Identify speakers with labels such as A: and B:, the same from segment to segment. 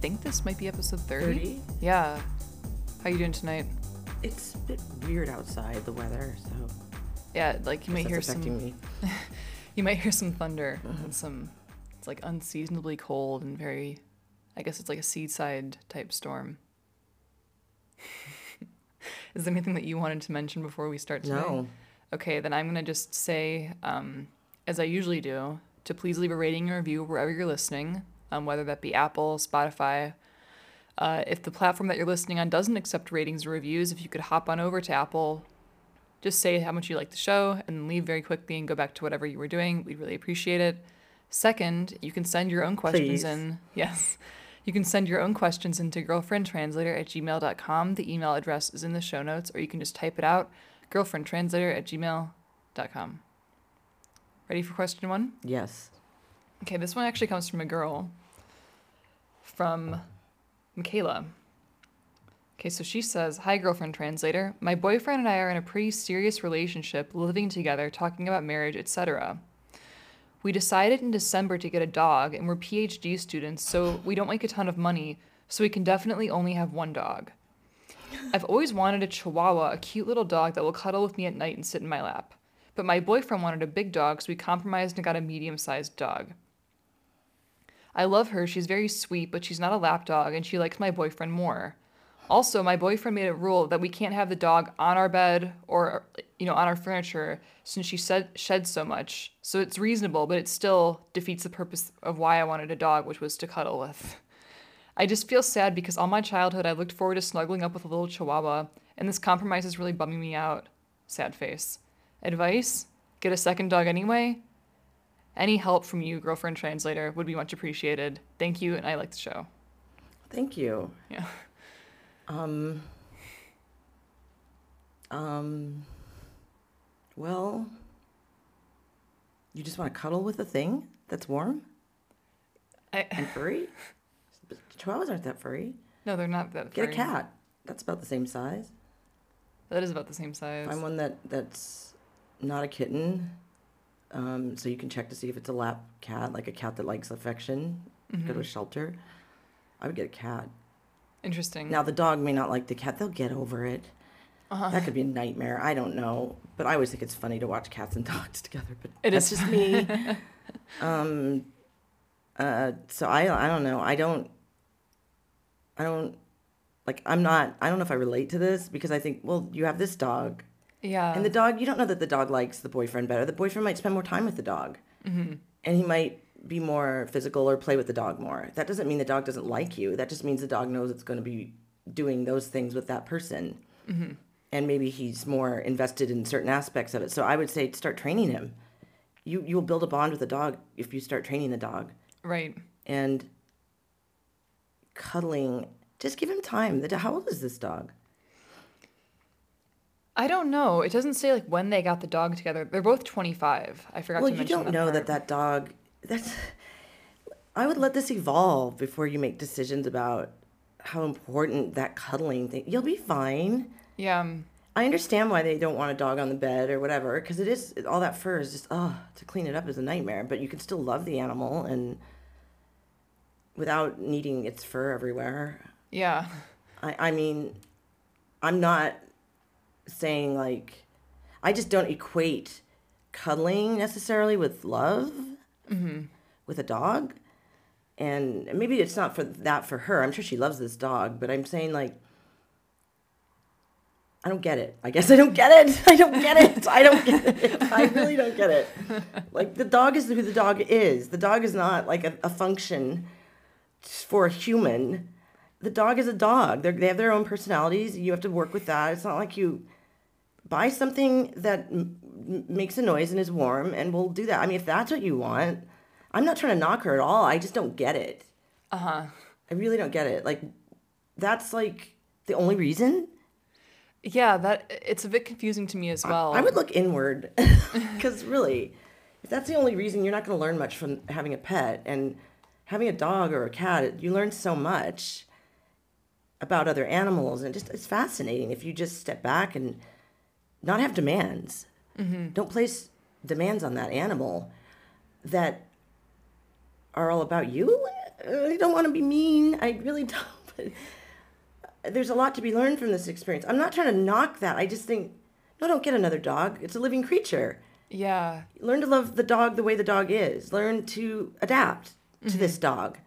A: think this might be episode 30. Yeah. How you doing tonight?
B: It's a bit weird outside the weather, so
A: Yeah, like you
B: I
A: might
B: guess
A: hear
B: that's
A: some
B: affecting Uh-huh. me.
A: you might hear some thunder and some it's like unseasonably cold and very I guess it's like a seaside type storm. Is there anything that you wanted to mention before we start today?
B: No.
A: Okay, then I'm gonna just say, um, as I usually do, to please leave a rating or review wherever you're listening, um, whether that be Apple, Spotify. Uh, if the platform that you're listening on doesn't accept ratings or reviews, if you could hop on over to Apple, just say how much you like the show and leave very quickly and go back to whatever you were doing. We'd really appreciate it. Second, you can send your own questions
B: Please.
A: in. Yes. You can send your own questions into girlfriendtranslator at gmail.com. The email address is in the show notes, or you can just type it out girlfriendtranslator at gmail.com. Ready for question one?
B: Yes.
A: Okay, this one actually comes from a girl from Michaela. Okay, so she says, Hi, girlfriend translator. My boyfriend and I are in a pretty serious relationship, living together, talking about marriage, etc. We decided in December to get a dog, and we're PhD students, so we don't make a ton of money, so we can definitely only have one dog. I've always wanted a chihuahua, a cute little dog that will cuddle with me at night and sit in my lap. But my boyfriend wanted a big dog, so we compromised and got a medium sized dog. I love her. She's very sweet, but she's not a lap dog, and she likes my boyfriend more. Also, my boyfriend made a rule that we can't have the dog on our bed or you know on our furniture since she shed, sheds so much. So it's reasonable, but it still defeats the purpose of why I wanted a dog, which was to cuddle with. I just feel sad because all my childhood I looked forward to snuggling up with a little chihuahua, and this compromise is really bumming me out. Sad face. Advice? Get a second dog anyway? Any help from you, girlfriend translator, would be much appreciated. Thank you, and I like the show.
B: Thank you.
A: Yeah.
B: Um Um Well You just want to cuddle with a thing that's warm
A: I,
B: and furry? Chihuahuas aren't that furry.
A: no, they're not that.
B: Get
A: furry.
B: a cat. That's about the same size.
A: That is about the same size.
B: Find one that that's not a kitten. Um, so you can check to see if it's a lap cat, like a cat that likes affection.
A: Mm-hmm.
B: Go to a shelter. I would get a cat.
A: Interesting.
B: Now the dog may not like the cat. They'll get over it.
A: Uh-huh.
B: That could be a nightmare. I don't know, but I always think it's funny to watch cats and dogs together. But
A: It
B: that's
A: is
B: just me. um, uh, so I I don't know. I don't. I don't like. I'm not. I don't know if I relate to this because I think well, you have this dog.
A: yeah.
B: And the dog, you don't know that the dog likes the boyfriend better. The boyfriend might spend more time with the dog. And he might be more physical or play with the dog more. That doesn't mean the dog doesn't like you. That just means the dog knows it's going to be doing those things with that person. And maybe he's more invested in certain aspects of it. So I would say start training him. You you'll build a bond with the dog if you start training the dog
A: right.
B: and cuddling. Just give him time. The, do- how old is this dog?
A: I don't know. It doesn't say like when they got the dog together. They're both 25. I forgot
B: Well,
A: to
B: you
A: mention
B: don't know
A: part.
B: that that dog. That's. I would let this evolve before you make decisions about how important that cuddling thing. You'll be fine.
A: Yeah. um,
B: I understand why they don't want a dog on the bed or whatever, because it is all that fur is just oh to clean it up is a nightmare. But you can still love the animal and without needing its fur everywhere.
A: Yeah.
B: I, I mean, I'm not saying like, I just don't equate cuddling necessarily with love with a dog. And maybe it's not for that for her. I'm sure she loves this dog, but I'm saying like, I don't get it. I guess I don't get it. I don't get it. I don't get it. I really don't get it. Like the dog is who the dog is. The dog is not like a, a function for a human. The dog is a dog. They're, they have their own personalities. You have to work with that. It's not like you buy something that m- m- makes a noise and is warm, and we'll do that. I mean, if that's what you want, I'm not trying to knock her at all. I just don't get it.
A: Uh huh.
B: I really don't get it. Like, that's like the only reason.
A: Yeah. That it's a bit confusing to me as well.
B: I would look inward because really, if that's the only reason, you're not going to learn much from having a pet. And having a dog or a cat, you learn so much about other animals, and just it's fascinating if you just step back and not have demands. Don't place demands on that animal that are all about you. I don't want to be mean. I really don't. But there's a lot to be learned from this experience. I'm not trying to knock that. I just think, no, don't get another dog. It's a living creature.
A: Yeah.
B: Learn to love the dog the way the dog is. Learn to adapt to this dog,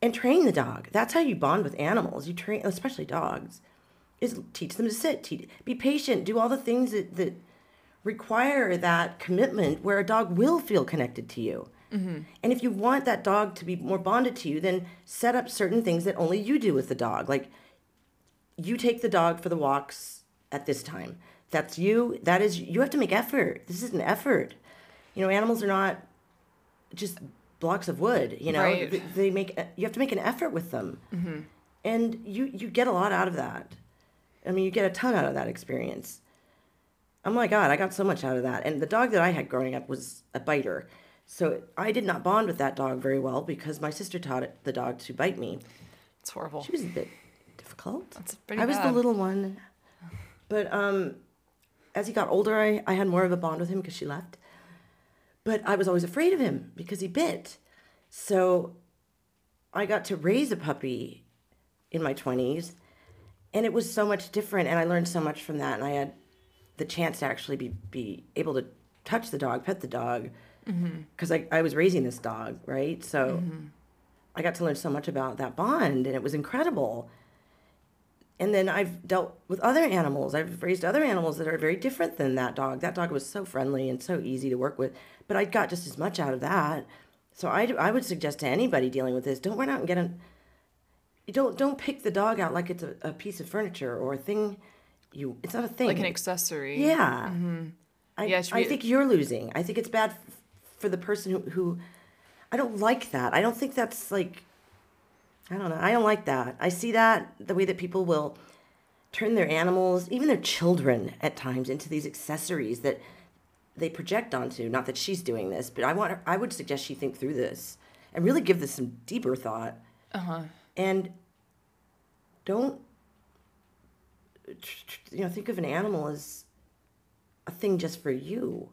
B: and train the dog. That's how you bond with animals. You train, especially dogs, is teach them to sit, teach, be patient, do all the things that that require that commitment where a dog will feel connected to you. And if you want that dog to be more bonded to you, then set up certain things that only you do with the dog. Like you take the dog for the walks at this time. That's you. That is you have to make effort. This is an effort. You know, animals are not just blocks of wood. You know,
A: Right.
B: Th- they make you have to make an effort with them, and you you get a lot out of that. I mean, you get a ton out of that experience. Oh my God, I got so much out of that. And the dog that I had growing up was a biter. So I did not bond with that dog very well because my sister taught it, the dog to bite me.
A: It's horrible.
B: She was a bit difficult.
A: That's pretty
B: I was the
A: bad.
B: little one. But um, as he got older, I, I had more of a bond with him because she left. But I was always afraid of him because he bit. So I got to raise a puppy in my 20s, and it was so much different. And I learned so much from that. And I had the chance to actually be, be able to touch the dog, pet the dog,
A: Mm-hmm.
B: because I, I was raising this dog, right? So I got to learn so much about that bond, and it was incredible. And then I've dealt with other animals. I've raised other animals that are very different than that dog. That dog was so friendly and so easy to work with, but I got just as much out of that. So I, I would suggest to anybody dealing with this, don't run out and get an. you Don't don't pick the dog out like it's a, a piece of furniture or a thing. You it's not a thing.
A: Like an accessory.
B: Yeah. I,
A: Mm-hmm. Yeah, it should
B: I
A: be-
B: think you're losing. I think it's bad f- for the person who, who. I don't like that. I don't think that's like. I don't know. I don't like that. I see that the way that people will turn their animals, even their children at times, into these accessories that they project onto. Not that she's doing this, but I want her, I would suggest she think through this and really give this some deeper thought.
A: Uh huh.
B: And don't tr- tr- you know think of an animal as a thing just for you.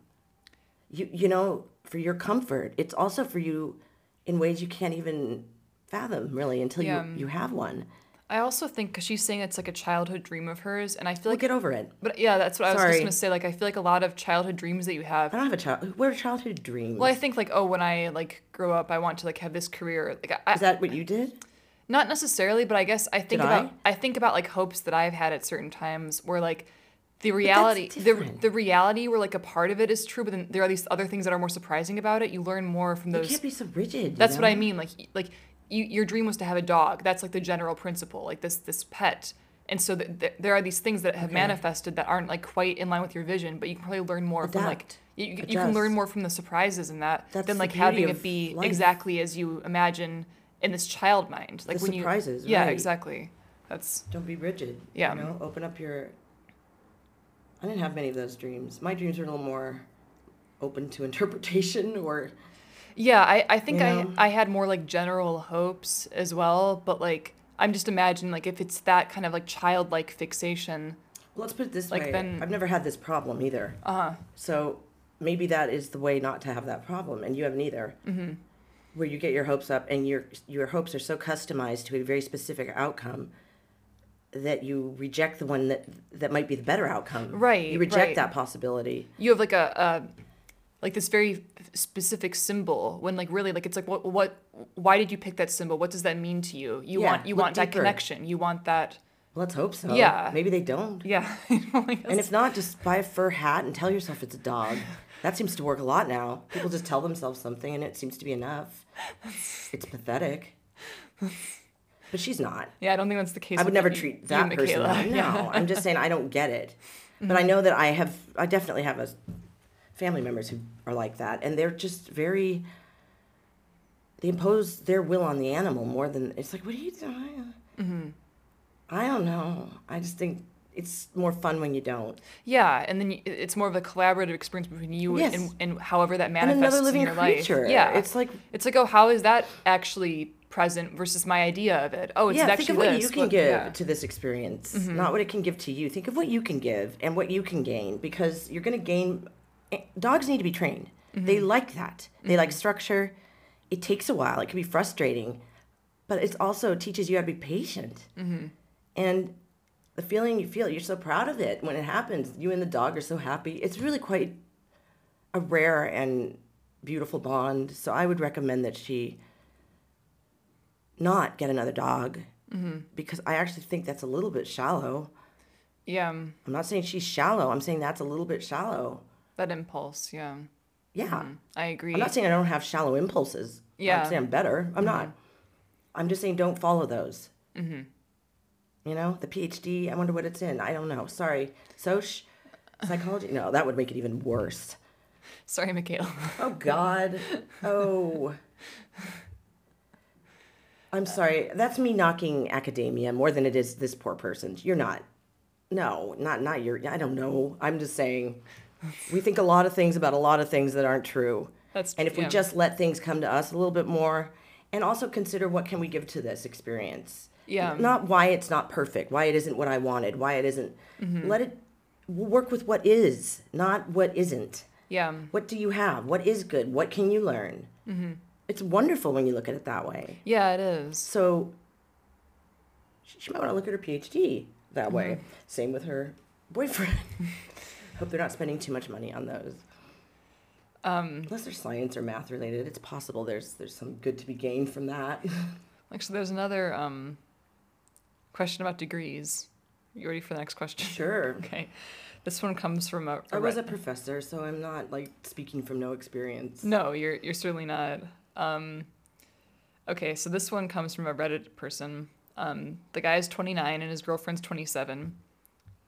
B: You you know for your comfort. It's also for you in ways you can't even fathom really until
A: Yeah.
B: you you have one.
A: I also think because she's saying it's like a childhood dream of hers, and I feel
B: Well,
A: like,
B: get over it.
A: but yeah, that's what I was just
B: Sorry.
A: gonna say. Like, I feel like a lot of childhood dreams that you have
B: I don't have a child. What are childhood dreams?
A: Well, I think like, oh, when I like grow up, I want to like have this career. Like, I,
B: Is that what you did?
A: not necessarily, but I guess I think
B: Did
A: about I? think about like hopes that I've had at certain times where like the reality, the
B: different.
A: the reality where like a part of it is true, but then there are these other things that are more surprising about it. You learn more from
B: You
A: those.
B: can't be so rigid. you
A: That's what
B: know?
A: I mean. Like y- like you, your dream was to have a dog. That's like the general principle. Like this this pet. And so th- th- there are these things that have manifested that aren't like quite in line with your vision, but you can probably learn more from like
B: Adapt.
A: you, you you can learn
B: Adjust.
A: more from the surprises in that
B: That's
A: than
B: the
A: like
B: beauty
A: having it
B: of
A: be
B: life.
A: exactly as you imagine in this child mind. Like
B: The
A: when
B: surprises,
A: you yeah
B: right.
A: exactly. That's
B: Don't be rigid.
A: Yeah.
B: You know, open up your. I didn't have many of those dreams. My dreams are a little more open to interpretation or.
A: Yeah, I, I think
B: know?
A: I, I had more like general hopes as well, but like I'm just imagining like if it's that kind of like childlike fixation.
B: Well, let's put it this
A: Like,
B: way.
A: then-
B: I've never had this problem either.
A: Uh huh.
B: So maybe that is the way not to have that problem, and you haven't either. Mm-hmm. Where you get your hopes up, and your your hopes are so customized to a very specific outcome that you reject the one that that might be the better outcome.
A: Right,
B: You reject
A: right.
B: that possibility.
A: you have like a, a like this very specific symbol when like really like it's like what what why did you pick that symbol what does that mean to you you
B: Yeah,
A: want you
B: look
A: want that
B: deeper.
A: connection you want that
B: Let's hope so.
A: Yeah.
B: Maybe they don't.
A: yeah Like,
B: And if not, just buy a fur hat and tell yourself it's a dog. That seems to work a lot now. People just tell themselves something and it seems to be enough. It's pathetic. But she's not.
A: yeah i don't think that's the case
B: I
A: with
B: would never
A: you- you,
B: treat that person.
A: Michaela. Mm-hmm.
B: That. No, I'm just saying I don't get it. But I know that I have, I definitely have a family members who are like that, and they're just very. They impose their will on the animal more than it's like. What are you doing?
A: Mm-hmm.
B: I don't know. I just think it's more fun when you don't.
A: yeah and then you, it- it's more of a collaborative experience between you
B: Yes.
A: and, and however that
B: and
A: manifests
B: another living
A: in your
B: creature.
A: life yeah
B: it's like
A: it's like oh how is that actually present versus my idea of it oh it's
B: yeah.
A: actually
B: Think of what
A: this.
B: you can
A: What-
B: give
A: yeah. Mm-hmm.
B: to this experience, not what it can give to you. Think of what you can give and what you can gain because you're going to gain. eh, Dogs need to be
A: Mm-hmm.
B: trained. They like that. They like structure. It takes a while. It can be frustrating, but it also teaches you how to be patient.
A: Mm-hmm.
B: And the feeling you feel, you're so proud of it when it happens. You and the dog are so happy. It's really quite a rare and beautiful bond. So I would recommend that she not get another dog because I actually think that's a little bit shallow.
A: Yeah. um,
B: I'm not saying she's shallow. I'm saying that's a little bit shallow.
A: That impulse. Yeah.
B: Yeah.
A: I agree.
B: I'm not saying I don't have shallow impulses. I'm
A: Yeah.
B: not saying I'm better. I'm not. I'm just saying don't follow those. Mm-hmm. You know, the PhD, I wonder what it's in. I don't know. Sorry. Soch, psychology. No, that would make it even worse.
A: Sorry, Michaela.
B: Oh, God. Oh. I'm sorry. That's me knocking academia more than it is this poor person. You're not. No, not not your. I don't know. I'm just saying, we think a lot of things about a lot of things that aren't true.
A: That's
B: And if we
A: yeah.
B: just let things come to us a little bit more, and also consider what can we give to this experience.
A: Yeah.
B: Not why it's not perfect, why it isn't what I wanted, why it isn't-
A: Mm-hmm.
B: Let it we'll work with what is, not what isn't.
A: yeah.
B: What do you have? What is good? What can you learn?
A: Mm-hmm.
B: It's wonderful when you look at it that way.
A: Yeah, it is.
B: So she she might want to look at her PhD that way.
A: Mm-hmm.
B: Same with her boyfriend. Hope they're not spending too much money on those.
A: Um,
B: Unless they're science or math related, it's possible there's there's some good to be gained from that.
A: actually, there's another um, question about degrees. You ready for the next question?
B: sure.
A: Okay. This one comes from a. a
B: I was
A: re-
B: a professor, so I'm not like speaking from no experience.
A: No, you're you're certainly not. Um, okay, so this one comes from a Reddit person. Um, the guy is 29 and his girlfriend's 27.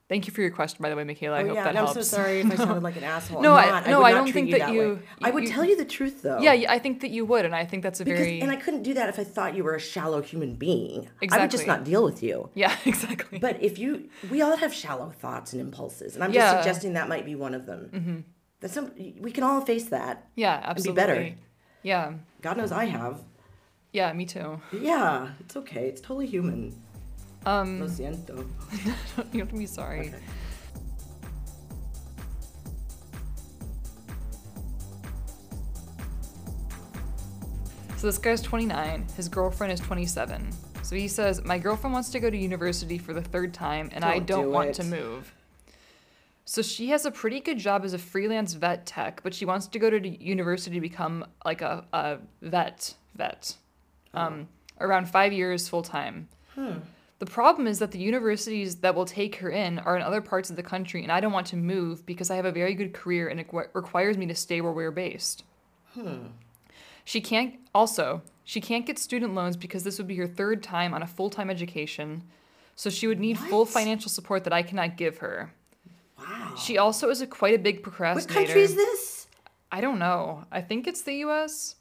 A: Thank you for your question, by the way, Michaela. I
B: Oh
A: hope
B: yeah,
A: that
B: and
A: helps.
B: I'm so sorry if I sounded like an asshole.
A: No, I-
B: I'm not.
A: no,
B: would
A: I
B: not
A: don't
B: treat
A: think
B: you
A: that
B: way.
A: you-
B: I would
A: you-
B: tell you the truth though.
A: Yeah, yeah, I think that you would, and I think that's a
B: Because,
A: very
B: and I couldn't do that if I thought you were a shallow human being. I would
A: Exactly.
B: just not deal with you.
A: yeah, exactly.
B: But if you, we all have shallow thoughts and impulses, and I'm
A: Yeah.
B: just suggesting that might be one of them. Mm-hmm. That's some, we can all face that.
A: yeah,
B: and be
A: absolutely.
B: better.
A: Yeah,
B: God knows I have.
A: yeah, me too.
B: But yeah, it's okay. It's totally human.
A: Um,
B: Lo siento.
A: you have to be sorry.
B: Okay.
A: So this guy's 29, his girlfriend is 27. So he says, My girlfriend wants to go to university for the third time, and I
B: Don't
A: don't
B: do
A: want
B: it.
A: to move. So she has a pretty good job as a freelance vet tech, but she wants to go to the university to become like a, a vet vet.
B: Oh.
A: Um, around five years full time.
B: Hmm.
A: The problem is that the universities that will take her in are in other parts of the country, and I don't want to move because I have a very good career and it requ- requires me to stay where we're based.
B: Hmm.
A: She can't also, she can't get student loans because this would be her third time on a full-time education. So she would need full
B: What?
A: financial support that I cannot give her.
B: Wow.
A: She also is a quite a big
B: Oh. what
A: procrastinator.
B: country is this?
A: I don't know. I think it's the US.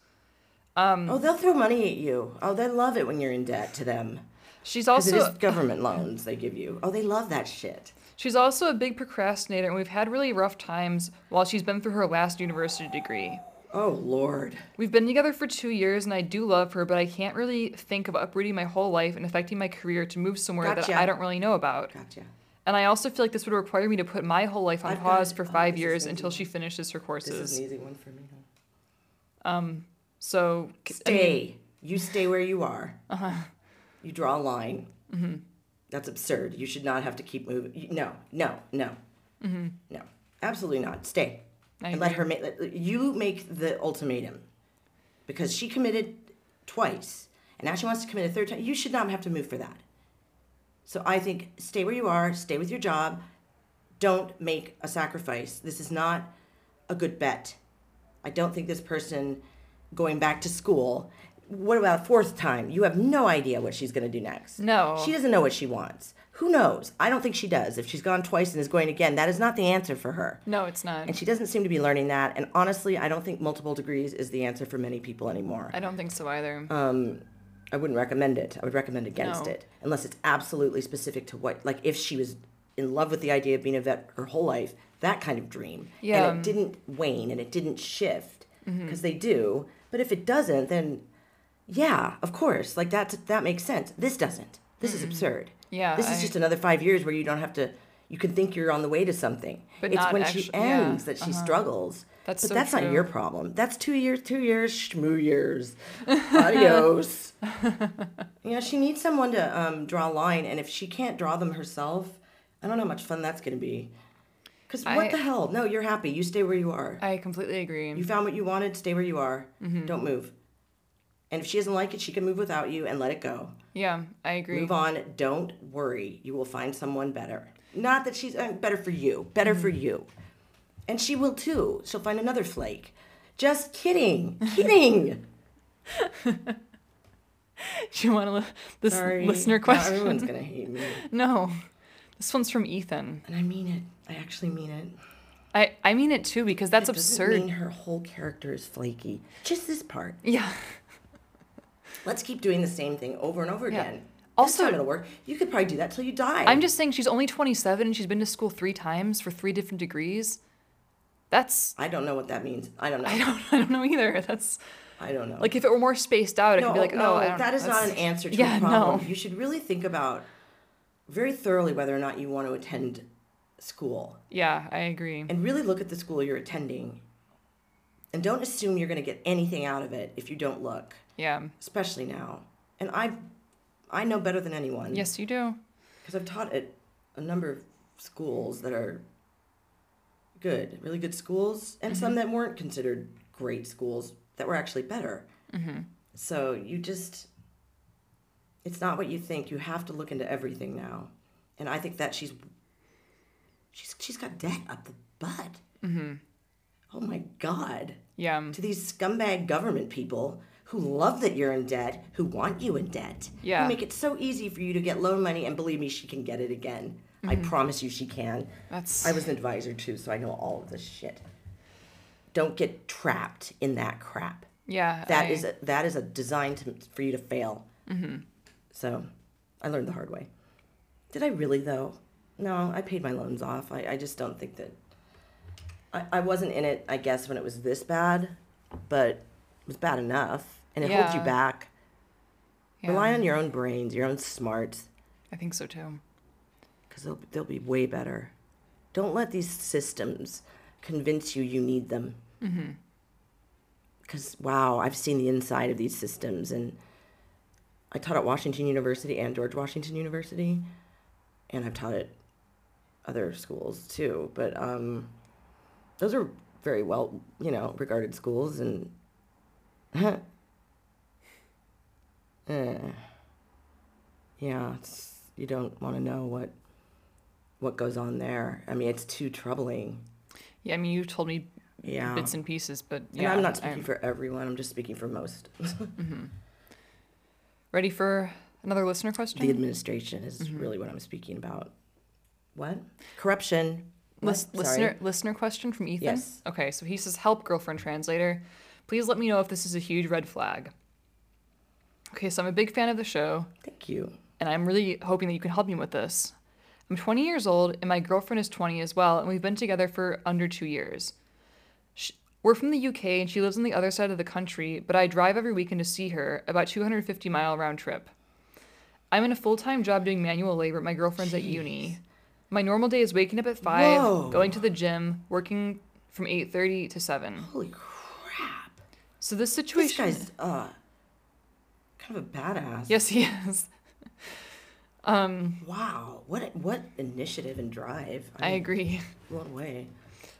A: Um,
B: oh, they'll throw money at you. Oh, they love it when you're in debt to them.
A: She's
B: Because it
A: also
B: is government loans they give you. Oh, they love that shit.
A: She's also a big procrastinator, and we've had really rough times while she's been through her last university degree.
B: Oh, Lord.
A: We've been together for two years, and I do love her, but I can't really think of uprooting my whole life and affecting my career to move somewhere
B: Gotcha.
A: that I don't really know about.
B: Gotcha.
A: And I also feel like this would require me to put my whole life on
B: I've got
A: pause
B: it.
A: for
B: Oh,
A: five
B: this is
A: years
B: an
A: until
B: easy
A: she finishes her
B: This is
A: courses.
B: an easy one for me. Huh?
A: So, c- I mean,
B: Stay. you stay where you are. Uh-huh. You draw a line. Mm-hmm. That's absurd. You should not have to keep moving. You- No, no, no,
A: Mm-hmm.
B: no. Absolutely not. Stay
A: I
B: and let her make. You make the ultimatum because she committed twice, and now she wants to commit a third time. You should not have to move for that. So I think stay where you are. Stay with your job. Don't make a sacrifice. This is not a good bet. I don't think this person going back to school. What about fourth time? You have no idea what she's going to do next.
A: No.
B: She doesn't know what she wants. Who knows? I don't think she does. If she's gone twice and is going again, that is not the answer for her.
A: no, it's not.
B: And she doesn't seem to be learning that. And honestly, I don't think multiple degrees is the answer for many people anymore.
A: I don't think so either.
B: Um, I wouldn't recommend it. I would recommend against
A: No.
B: it, unless it's absolutely specific to what, like, if she was in love with the idea of being a vet her whole life, that kind of dream,
A: Yeah. Mm-hmm.
B: and it didn't wane and it didn't shift, because they do. But if it doesn't, then yeah, of course, like that that makes sense. This doesn't. This is absurd.
A: Yeah,
B: this is
A: Mm-hmm. Uh, I-
B: just another five years where you don't have to. You can think you're on the way to something.
A: But
B: it's
A: not
B: when she
A: actu- yeah, Uh-huh.
B: ends that she struggles
A: That's
B: But
A: so
B: that's
A: true.
B: not your problem. That's two years, two years, shmoo years. Adios. you know, she needs someone to um, draw a line, and if she can't draw them herself, I don't know how much fun that's going to be. Because what
A: I-
B: the hell? No, you're happy. You stay where you are.
A: I Mm-hmm. completely agree.
B: You found what you wanted, stay where you are. Don't move. And if she doesn't like it, she can move without you and let it go.
A: yeah, I agree.
B: Move on. Don't worry. You will find someone better. Not that she's uh, better for you, better for you. And she will too. She'll find another flake. Just kidding. Kidding.
A: Do you want to li- this
B: Sorry.
A: listener
B: Now
A: question?
B: everyone's going to hate me.
A: no, this one's from Ethan.
B: And I mean it. I actually mean it.
A: I I mean it too because that's
B: It doesn't
A: absurd.
B: mean her whole character is flaky. Just this part.
A: yeah.
B: Let's keep doing the same thing over and over
A: Yeah.
B: again.
A: Also-
B: Also, it's not going to work. You could probably do that till you die.
A: I'm just saying she's only 27 and she's been to school three times for three different degrees. That's
B: I don't know what that means. I don't know.
A: I don't I don't know either. That's
B: I don't know.
A: like if it were more spaced out, it
B: no,
A: could be like
B: no,
A: oh I don't
B: that
A: know.
B: is not
A: That's-
B: an answer to
A: Yeah,
B: a problem.
A: no.
B: You should really think about very thoroughly whether or not you want to attend school
A: Yeah, I agree.
B: and really look at the school you're attending. And don't assume you're going to get anything out of it if you don't look,
A: yeah.
B: especially now. And I I know better than anyone
A: Yes, you do.
B: because I've taught at a number of schools that are good, really good schools, and some that weren't considered great schools that were actually better. So you just, it's not what you think. You have to look into everything now, and I think that she's, she's she's got debt up the butt. Oh my god!
A: Yeah.
B: To these scumbag government people who love that you're in debt, who want you in debt,
A: Yeah.
B: who make it so easy for you to get loan money, and believe me, she can get it again. I promise you, she can.
A: That's
B: I was an advisor too, so I know all of this shit. Don't get trapped in that crap.
A: yeah.
B: That
A: I- Mm-hmm.
B: is a, that is a design to, for you to fail. So, I learned the hard way. Did I really though? No, I paid my loans off. I, I just don't think that. I, I wasn't in it, I guess, when it was this bad, but it was bad enough, and it holds you
A: Yeah.
B: back.
A: yeah,
B: Rely on your own brains, your own smarts,
A: I think so too.
B: because they'll they'll be way better. Don't let these systems convince you you need them. Because wow, I've seen the inside of these systems, and I taught at Washington University and George Washington University, and I've taught at other schools too. But um, those are very well, you know, regarded schools, and Eh. yeah, it's, you don't want to know what what goes on there. I mean, it's too troubling.
A: Yeah, I mean you told me
B: Yeah.
A: bits and pieces, but
B: and
A: yeah.
B: I'm not speaking
A: I'm
B: for everyone. I'm just speaking for most.
A: ready for another listener question.
B: the administration is really what I'm speaking about. What? Corruption. What?
A: Lis- listener listener question from Ethan.
B: Yes.
A: Okay, so he says, "Help, girlfriend translator. Please let me know if this is a huge red flag." Okay, so I'm a big fan of the show,
B: Thank you.
A: and I'm really hoping that you can help me with this. I'm 20 years old, and my girlfriend is 20 as well, and we've been together for under two years. Sh we're from the UK, and she lives on the other side of the country, but I drive every weekend to see her, about 250 mile round trip. I'm in a full time job doing manual labor. My girlfriend's at uni. My normal day is waking up at five,
B: Whoa.
A: going to the gym, working from 8:30 to 7.
B: Holy crap!
A: So this
B: This
A: situation.
B: guy's uh, kind of a badass.
A: yes, he is. Um,
B: Wow. What what initiative and drive?
A: I
B: I'm
A: agree.
B: blown away.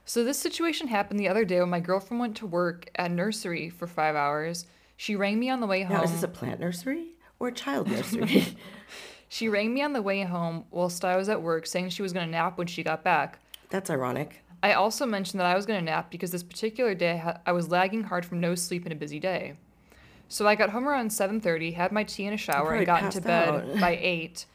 A: So this situation happened the other day when my girlfriend went to work at nursery for five hours. She rang me on the way home.
B: Now, is this a plant nursery or a child nursery?
A: She rang me on the way home whilst I was at work, saying she was going to nap when she got back.
B: That's ironic.
A: I also mentioned that I was going to nap because this particular day I ha- I was lagging hard from no sleep and a busy day. So I got home around 7:30, had my tea and a shower,
B: probably
A: and got into
B: passed
A: bed
B: out.
A: by 8.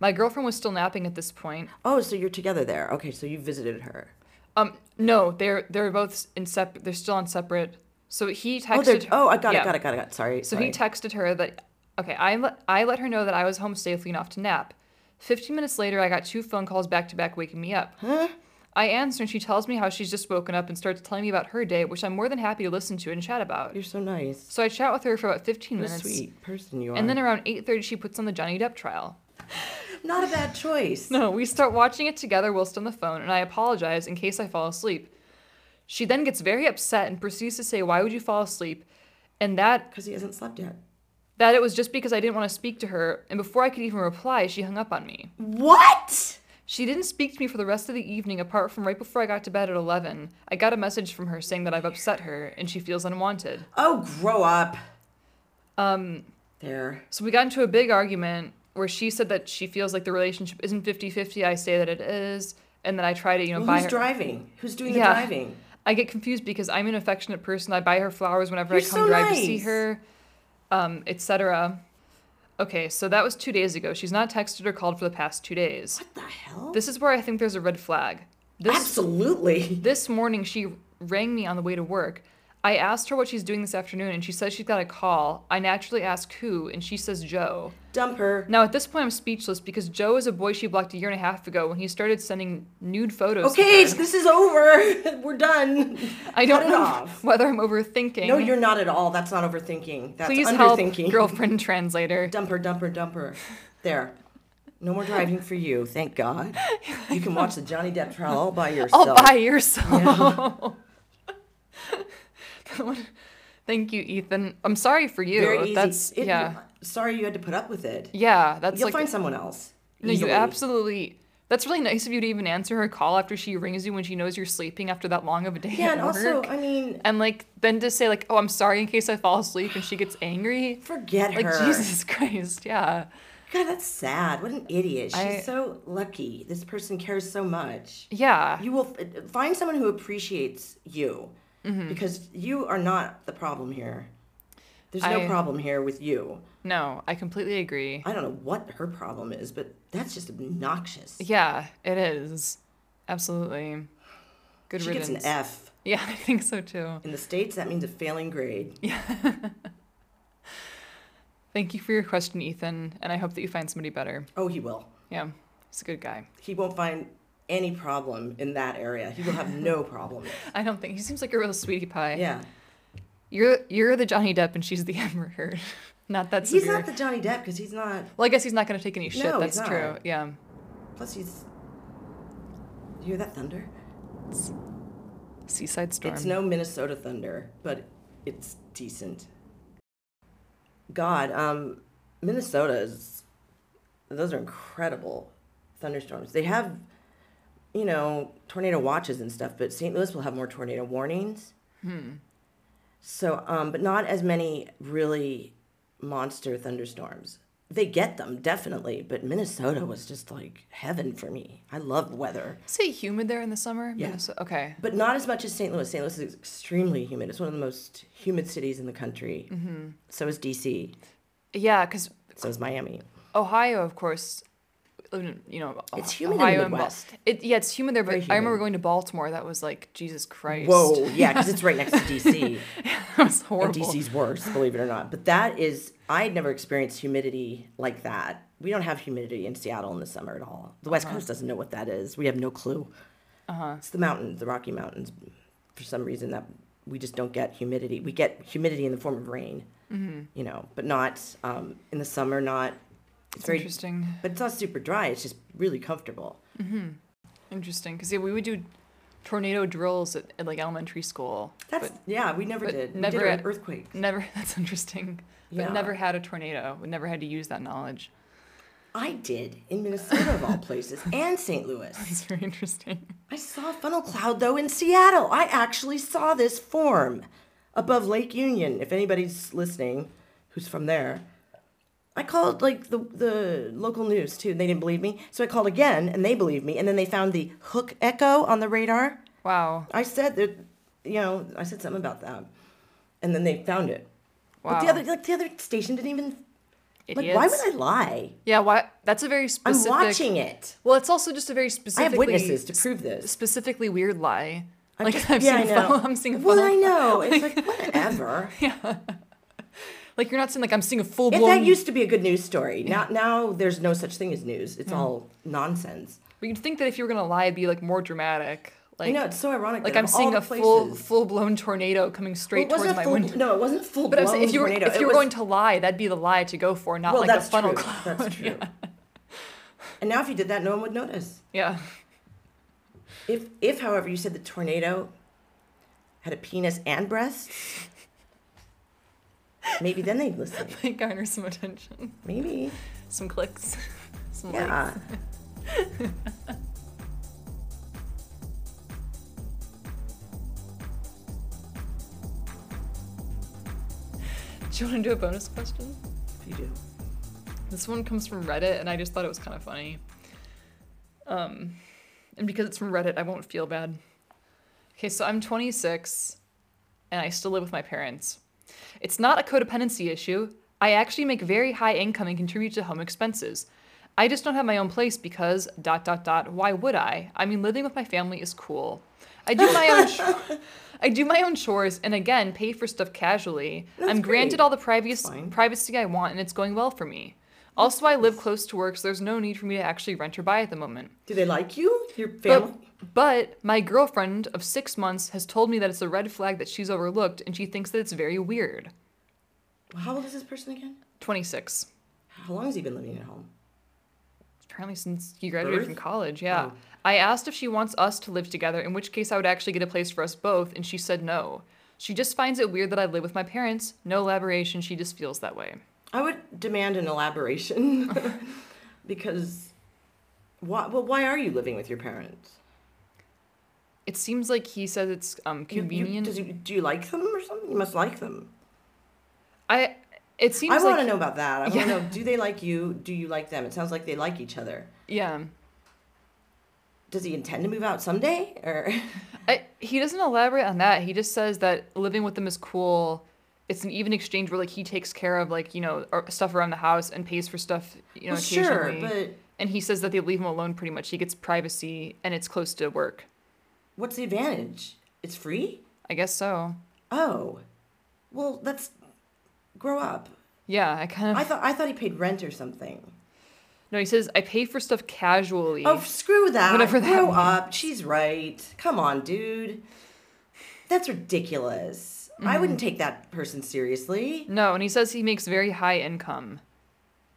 A: My girlfriend was still napping at this point.
B: Oh, so you're together there. Okay, so you visited her.
A: Um, no, they're they're both in sep- They're still on separate. So he texted.
B: Oh, they're, oh, I got
A: yeah.
B: it, got it, got it, got it. Sorry.
A: So
B: sorry.
A: he texted her that, okay, I let, I let her know that I was home safely enough to nap. 15 minutes later, I got two phone calls back to back waking me up. I answer and she tells me how she's just woken up and starts telling me about her day, which I'm more than happy to listen to and chat about.
B: You're so nice.
A: So I chat with her for about 15
B: What a
A: minutes.
B: sweet person you are.
A: And then around 8:30 she puts on the Johnny Depp trial.
B: not a bad choice.
A: No, we start watching it together whilst on the phone and I apologize in case I fall asleep. She then gets very upset and proceeds to say, Why would you fall asleep? And that
B: Because he hasn't slept yet.
A: that it was just because I didn't want to speak to her, and before I could even reply, she hung up on me.
B: What?
A: She didn't speak to me for the rest of the evening apart from right before I got to bed at 11. I got a message from her saying that I've upset her and she feels unwanted.
B: Oh, grow up.
A: Um,
B: There.
A: so we got into a big argument where she said that she feels like the relationship isn't 50-50. I say that it is, and then I try to, you know,
B: Well,
A: buy
B: who's
A: her
B: driving? Who's doing
A: Yeah.
B: the driving?
A: I get confused because I'm an affectionate person. I buy her flowers whenever I
B: You're
A: come
B: so
A: drive to see
B: nice.
A: her, um, etc. Okay, so that was two days ago. She's not texted or called for the past two days.
B: What the hell?
A: This is where I think there's a red flag. This
B: Absolutely.
A: this morning she rang me on the way to work. I asked her what she's doing this afternoon, and she says she's got a call. I naturally ask who, and she says Joe.
B: Dump her.
A: Now at this point, I'm speechless because Joe is a boy she blocked a year and a half ago when he started sending nude photos. to
B: Okay,
A: her.
B: this is over. We're done.
A: I don't
B: cut it
A: know
B: off.
A: whether I'm overthinking.
B: No, you're not at all. That's not overthinking. That's
A: Please help,
B: underthinking.
A: girlfriend translator.
B: Dumper, dumper, dumper. There. No more driving for you, thank God. You can watch the Johnny Depp trial all by yourself.
A: All by yourself. Thank you, Ethan. I'm sorry for you.
B: Very easy.
A: That's
B: It-
A: yeah,
B: Sorry you had to put up with it.
A: yeah. That's
B: You'll
A: like
B: find someone else.
A: no,
B: easily.
A: you absolutely. That's really nice of you to even answer her call after she rings you when she knows you're sleeping after that long of a day
B: Yeah,
A: at
B: and
A: work.
B: also, I mean,
A: and like then to say like, oh, I'm sorry in case I fall asleep and she gets angry.
B: forget
A: Like
B: her.
A: Jesus Christ, yeah.
B: God, that's sad. What an idiot. She's
A: I-
B: so lucky. This person cares so much.
A: Yeah.
B: You will f- find someone who appreciates you
A: Mm-hmm.
B: because you are not the problem here. There's no
A: I-
B: problem here with you.
A: No, I completely agree.
B: I don't know what her problem is, but that's just obnoxious.
A: Yeah, it is. Absolutely. Good
B: she
A: riddance.
B: gets an F.
A: Yeah, I think so too.
B: In the States, that means a failing grade.
A: Thank you for your question, Ethan, and I hope that you find somebody better.
B: Oh, he will.
A: Yeah, he's a good guy.
B: He won't find any problem in that area. He will have no problem.
A: I don't think he seems like a real sweetie pie.
B: Yeah.
A: You're you're the Johnny Depp and she's the Amber Heard. not that
B: He's
A: severe.
B: not the Johnny Depp because he's not.
A: Well, I guess he's not gonna take any shit,
B: No, he's
A: that's true.
B: not.
A: Yeah.
B: Plus, he's. You hear that thunder?
A: Seaside storm.
B: It's no Minnesota thunder, but it's decent. God, um, Minnesota is. Those are incredible thunderstorms. They have, you know, tornado watches and stuff, but St. Louis will have more tornado warnings. So, um, but not as many really monster thunderstorms. They get them definitely, but Minnesota was just like heaven for me. I love weather.
A: Is it humid there in the summer?
B: Yeah.
A: Minneso- okay.
B: But not as much as St. Louis. St. Louis is extremely humid. It's one of the most humid cities in the country. Mm-hmm. So is DC.
A: Yeah, because
B: So is Miami.
A: Ohio, of course, you know,
B: It's
A: Oh-
B: humid in the
A: and Ba-
B: Midwest.
A: It, yeah, it's humid there, but
B: Very
A: I remember
B: humid.
A: going to Baltimore. That was like Jesus Christ.
B: Whoa, yeah, because it's right next to DC.
A: that was
B: and
A: horrible.
B: DC's worse, believe it or not. But that is, I had never experienced humidity like that. We don't have humidity in Seattle in the summer at all. The
A: Uh-huh.
B: West Coast doesn't know what that is. We have no clue. Uh-huh. It's the mountains, the Rocky Mountains. For some reason, that we just don't get humidity. We get humidity in the form of rain,
A: Mm-hmm.
B: you know, but not um, in the summer. Not. It's
A: It's
B: very
A: interesting.
B: But it's not super dry. It's just really comfortable.
A: Interesting, because yeah, we would do tornado drills at, at like elementary school.
B: That's
A: but
B: yeah. We never
A: but
B: did.
A: never
B: we did
A: at-
B: an earthquake.
A: never. That's interesting.
B: Yeah.
A: But never had a tornado. We never had to use that knowledge.
B: I did in Minnesota of all places, and St. Louis.
A: It's very interesting.
B: I saw a funnel cloud though in Seattle. I actually saw this form above Lake Union. If anybody's listening, who's from there, I called like the the local news too. and They didn't believe me, so I called again, and they believed me. And then they found the hook echo on the radar.
A: Wow.
B: I said that, you know, I said something about that, and then they found it.
A: Wow.
B: But the other like the other station didn't even
A: Idiots.
B: like. Why would I lie?
A: Yeah. Why? That's a very specific.
B: I'm watching it.
A: Well, it's also just a very specific.
B: I have witnesses to prove this.
A: Specifically, weird lie.
B: I'm
A: like
B: just-
A: I've
B: yeah,
A: seen
B: I
A: a
B: know.
A: funnel. I'm seeing a
B: Well,
A: funnel.
B: I know. It's like whatever.
A: Like you're not saying like I'm seeing a full
B: If
A: blown.
B: that used to be a good news story, now now there's no such thing as news.
A: Mm.
B: It's all nonsense.
A: but you'd think that if you were gonna lie, it'd be like more dramatic. Like
B: I know it's so ironic.
A: like
B: that
A: I'm
B: of
A: seeing
B: all
A: a
B: the
A: full
B: places-
A: full blown tornado coming
B: Well, it
A: straight towards
B: wasn't a
A: my
B: full,
A: window.
B: No, it wasn't full.
A: But I'm saying if you were
B: tornado.
A: if
B: It
A: you were
B: was-
A: going to lie, that'd be the lie to go for, not
B: well,
A: like a
B: that's
A: funnel
B: true.
A: cloud.
B: That's true. And now if you did that, no one would notice.
A: Yeah.
B: If if however you said the tornado, had a penis and breasts. Maybe then they'd listen.
A: Might garner some attention,
B: Maybe.
A: some clicks, some likes.
B: Yeah.
A: Do you want to do a bonus question?
B: You do.
A: This one comes from Reddit, and I just thought it was kind of funny. Um, and because it's from Reddit, I won't feel bad. Okay, so I'm 26, and I still live with my parents. It's not a codependency issue. I actually make very high income and contribute to home expenses. I just don't have my own place because dot dot dot. Why would I? I mean, living with my family is cool. I do my own. cho- I do my own chores and again pay for stuff casually. I'm granted
B: great.
A: all the privacy
B: fine.
A: privacy I want, and it's going well for me. Also, I live close to work, so there's no need for me to actually rent or buy at the moment.
B: Do they like you? Your family?
A: But, but my girlfriend of six months has told me that it's a red flag that she's overlooked, and she thinks that it's very weird.
B: How old is this person again?
A: 26.
B: How long has he been living at home?
A: Apparently, since he graduated
B: Birth?
A: from college, yeah.
B: Oh.
A: I asked if she wants us to live together, in which case I would actually get a place for us both, and she said no. She just finds it weird that I live with my parents. No elaboration, she just feels that way.
B: I would demand an elaboration because why, well, why are you living with your parents?
A: It seems like he says it's um,
B: You- you-
A: convenient.
B: does you- do you like them or something? You must like them.
A: I. It seems
B: I want
A: like
B: to know about that. I want to
A: Yeah.
B: know do they like you? Do you like them? It sounds like they like each other.
A: yeah.
B: Does he intend to move out someday? Or
A: I, he doesn't elaborate on that. He just says that living with them is cool. It's an even exchange where like he takes care of like you know ar- stuff around the house and pays for stuff you know
B: Well, sure,
A: occasionally.
B: but
A: And he says that they leave him alone pretty much. He gets privacy and it's close to work.
B: what's the advantage? It's free.
A: I guess so.
B: Oh, well, that's grow up.
A: Yeah, I kind of
B: I thought I thought he paid rent or something.
A: no. He says I pay for stuff casually.
B: Oh, screw that.
A: Whatever that
B: Grow
A: means.
B: up. She's right. Come on, dude. That's ridiculous. I
A: Mm-hmm.
B: wouldn't take that person seriously.
A: No, and he says he makes very high income.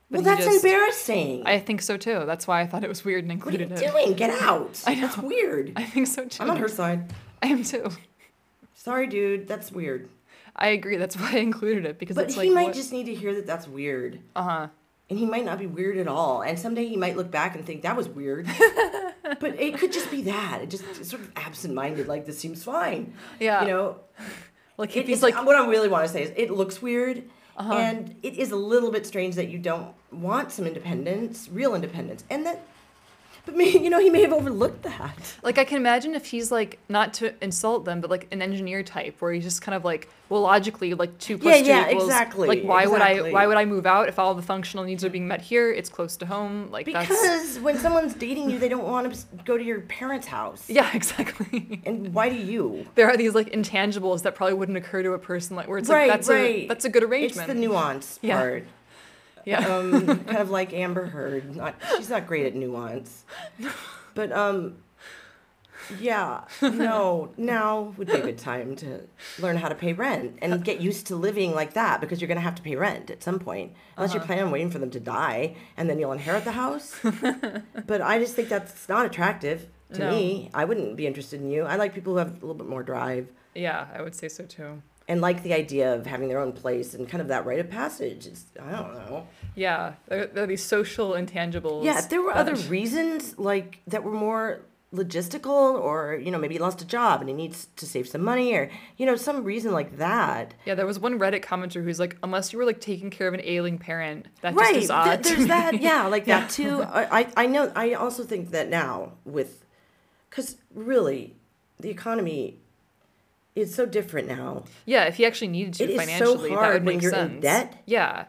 B: Well,
A: he
B: that's
A: just-
B: embarrassing.
A: I think so too. That's why I thought it was weird and
B: what are you
A: included it.
B: doing? Get out.
A: I know.
B: That's weird.
A: I think so too.
B: I'm on her side.
A: I am too.
B: Sorry, dude. That's weird.
A: I agree. That's why I included it because
B: But
A: it's
B: he
A: like
B: might
A: what-
B: just need to hear that that's weird.
A: uh-huh.
B: And he might not be weird at all. And someday he might look back and think that was weird. but it could just be that. It just it's sort of absent minded, like this seems fine.
A: Yeah.
B: You know,
A: Like
B: it, um,
A: if he's
B: it's
A: like Uh-huh.
B: like what I really want to say is it looks weird, and it is a little bit strange that you don't want some independence, real independence, and that. But me, you know, he may have overlooked that.
A: Like I can imagine if he's like not to insult them, but like an engineer type, where he's just kind of like, well, logically, like two plus
B: Yeah,
A: two
B: yeah,
A: equals.
B: exactly,
A: Like why would I
B: exactly.
A: why would I move out if all the functional needs are being met here? It's close to home. Like that's
B: Because when someone's dating you, they don't want to go to your parents' house.
A: yeah, exactly.
B: And why do you?
A: there are these like intangibles that probably wouldn't occur to a person like where it's like that's a that's a good arrangement.
B: It's the nuance
A: Yeah.
B: part.
A: yeah,
B: Um, kind of like Amber Heard. Not, she's not great at nuance. But um, yeah, no, now would be a good time to learn how to pay rent and get used to living like that because you're going to have to pay rent at some point. Unless you plan on waiting for them to die and then you'll inherit the house. but I just think that's not attractive to
A: No.
B: me. I wouldn't be interested in you. I like people who have a little bit more drive
A: yeah, I would say so too.
B: and like the idea of having their own place and kind of that rite of passage. It's, I don't know.
A: Yeah, there, there are these social intangibles.
B: Yeah, if there were other
A: that-
B: reasons like that were more logistical or, you know, maybe he lost a job and he needs to save some money or, you know, some reason like that.
A: Yeah, there was one Reddit commenter who's like, unless you were like taking care of an ailing parent, that
B: right.
A: just is odd.
B: th-
A: to
B: there's
A: me.
B: that. Yeah, like that too. I, I- I know I also think that now with cuz really the economy is so different now.
A: Yeah, if he actually needed
B: It
A: to
B: is so
A: financially, that
B: hard
A: would
B: when
A: make
B: you're in
A: sense.
B: debt.
A: Yeah,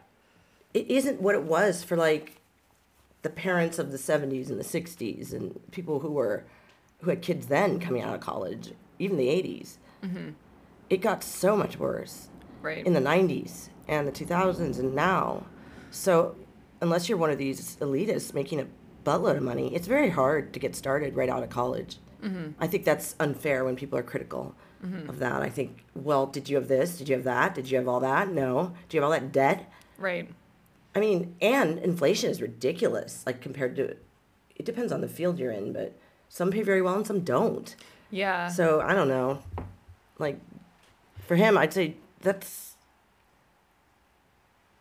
B: It isn't what it was for like the parents of the 70s and the 60s and people who were who had kids then coming out of college, even the 80s. it got so much worse
A: right.
B: in the 90s and the 2000s and now. So, unless you're one of these elitists making a buttload of money, it's very hard to get started right out of college. I think that's unfair when people are critical of that. I think, well, did you have this? Did you have that? Did you have all that? No. Do you have all that debt?
A: right.
B: I mean, and inflation is ridiculous, like compared to it depends
A: Uh-huh.
B: on the field you're in, but some pay very well and some don't.
A: Yeah.
B: So I don't know. Like, for him, I'd say that's.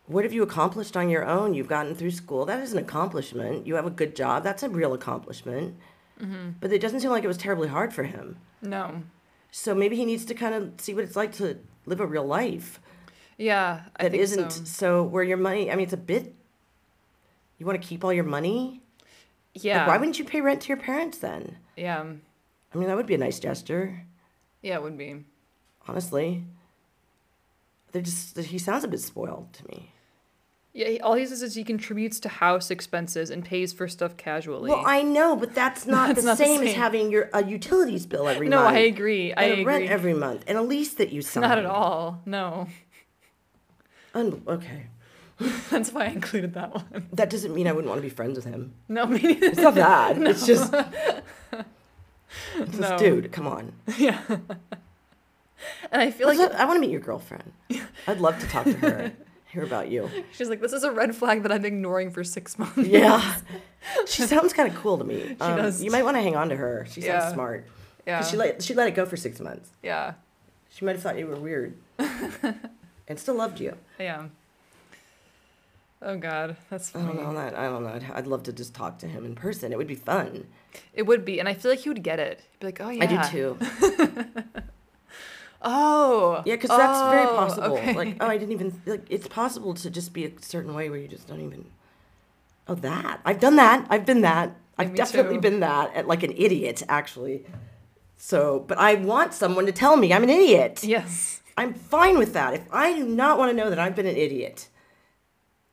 B: What have you accomplished on your own? You've gotten through school. That is an accomplishment. You have a good job. That's a real accomplishment. But it doesn't seem like it was terribly hard for him.
A: No.
B: So maybe he needs to kind of see what it's like to live a real life
A: Yeah. I
B: that
A: think
B: isn't
A: so.
B: so. where your money. I mean, it's a bit. You want to keep all your money.
A: Yeah.
B: Like, why wouldn't you pay rent to your parents then?
A: yeah.
B: I mean, that would be a nice gesture,
A: Yeah, it would be.
B: honestly. They're just. He sounds a bit spoiled to me.
A: Yeah, he, all he says is he contributes to house expenses and pays for stuff casually.
B: Well, I know, but that's not,
A: That's
B: the,
A: not the
B: same as
A: same.
B: having your a utilities bill every
A: no,
B: month.
A: I agree. I
B: And a
A: agree.
B: rent every month and a lease that you sign.
A: Not at all. No.
B: Un- okay,
A: That's why I included that one.
B: that doesn't mean I wouldn't want to be friends with him.
A: No, me neither.
B: It's not that. It's just. It's
A: No.
B: just, dude, come on.
A: Yeah. and I feel
B: What's
A: like
B: up? I want to meet your girlfriend. I'd love to talk to her, hear about you.
A: she's like, this is a red flag that I'm ignoring for six months.
B: Yeah, she sounds kind of cool to me. She
A: does.
B: You might want to hang on to her. She sounds
A: Yeah.
B: smart.
A: Yeah.
B: 'Cause She let she let it go for six months.
A: yeah.
B: She might have thought you were weird, and still loved you.
A: Yeah. Oh God, that's
B: I
A: funny.
B: don't know that. I don't know. I'd, I'd love to just talk to him in person. It would be fun.
A: It would be, and I feel like he would get it. He'd be like, oh yeah.
B: I do too.
A: Oh.
B: Yeah, because that's very
A: Oh,
B: possible.
A: okay.
B: Like, oh, I didn't even like. It's possible to just be a certain way where you just don't even. Oh, that I've done that. I've been that. I've
A: me
B: definitely
A: too.
B: been that. At, like an idiot, actually. So, but I want someone to tell me I'm an idiot.
A: yes.
B: I'm fine with that. If I do not want to know that I've been an idiot,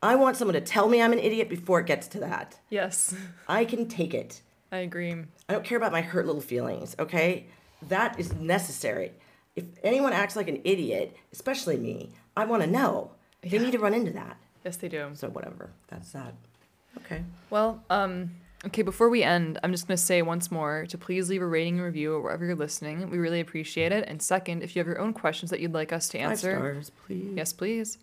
B: I want someone to tell me I'm an idiot before it gets to that.
A: Yes.
B: I can take it.
A: I agree.
B: I don't care about my hurt little feelings, okay? That is necessary. If anyone acts like an idiot, especially me, I want to know. They need to run into that.
A: Yes, they do.
B: So, whatever. That's that. Okay.
A: Well, um, okay, before we end, I'm just going to say once more to please leave a rating and review wherever you're listening. We really appreciate it. And second, if you have your own questions that you'd like us to
B: Five
A: answer,
B: stars, please.
A: yes, please.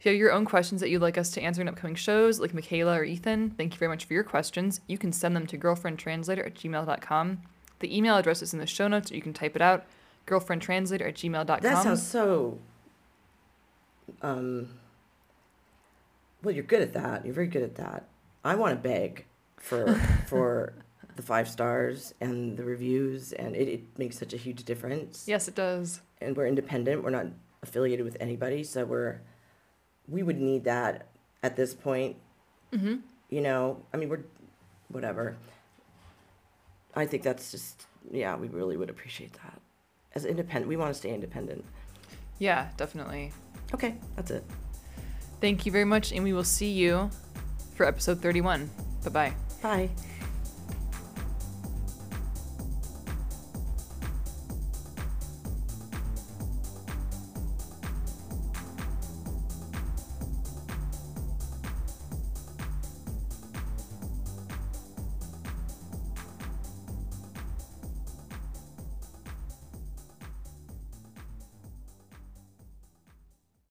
A: If you have your own questions that you'd like us to answer in upcoming shows, like Michaela or Ethan, thank you very much for your questions. You can send them to girlfriendtranslator at gmail.com. The email address is in the show notes, or you can type it out girlfriendtranslator at gmail.com.
B: That sounds so. Um, well, you're good at that. You're very good at that. I want to beg for for the five stars and the reviews, and it, it makes such a huge difference.
A: yes, it does.
B: and we're independent. We're not affiliated with anybody, so we're we would need that at this point.
A: Mm-hmm.
B: You know, I mean, we're whatever. I think that's just yeah. We really would appreciate that as independent. We want to stay independent.
A: Yeah, definitely.
B: Okay, that's it.
A: Thank you very much, and we will see you for episode 31. Bye bye.
B: Bye.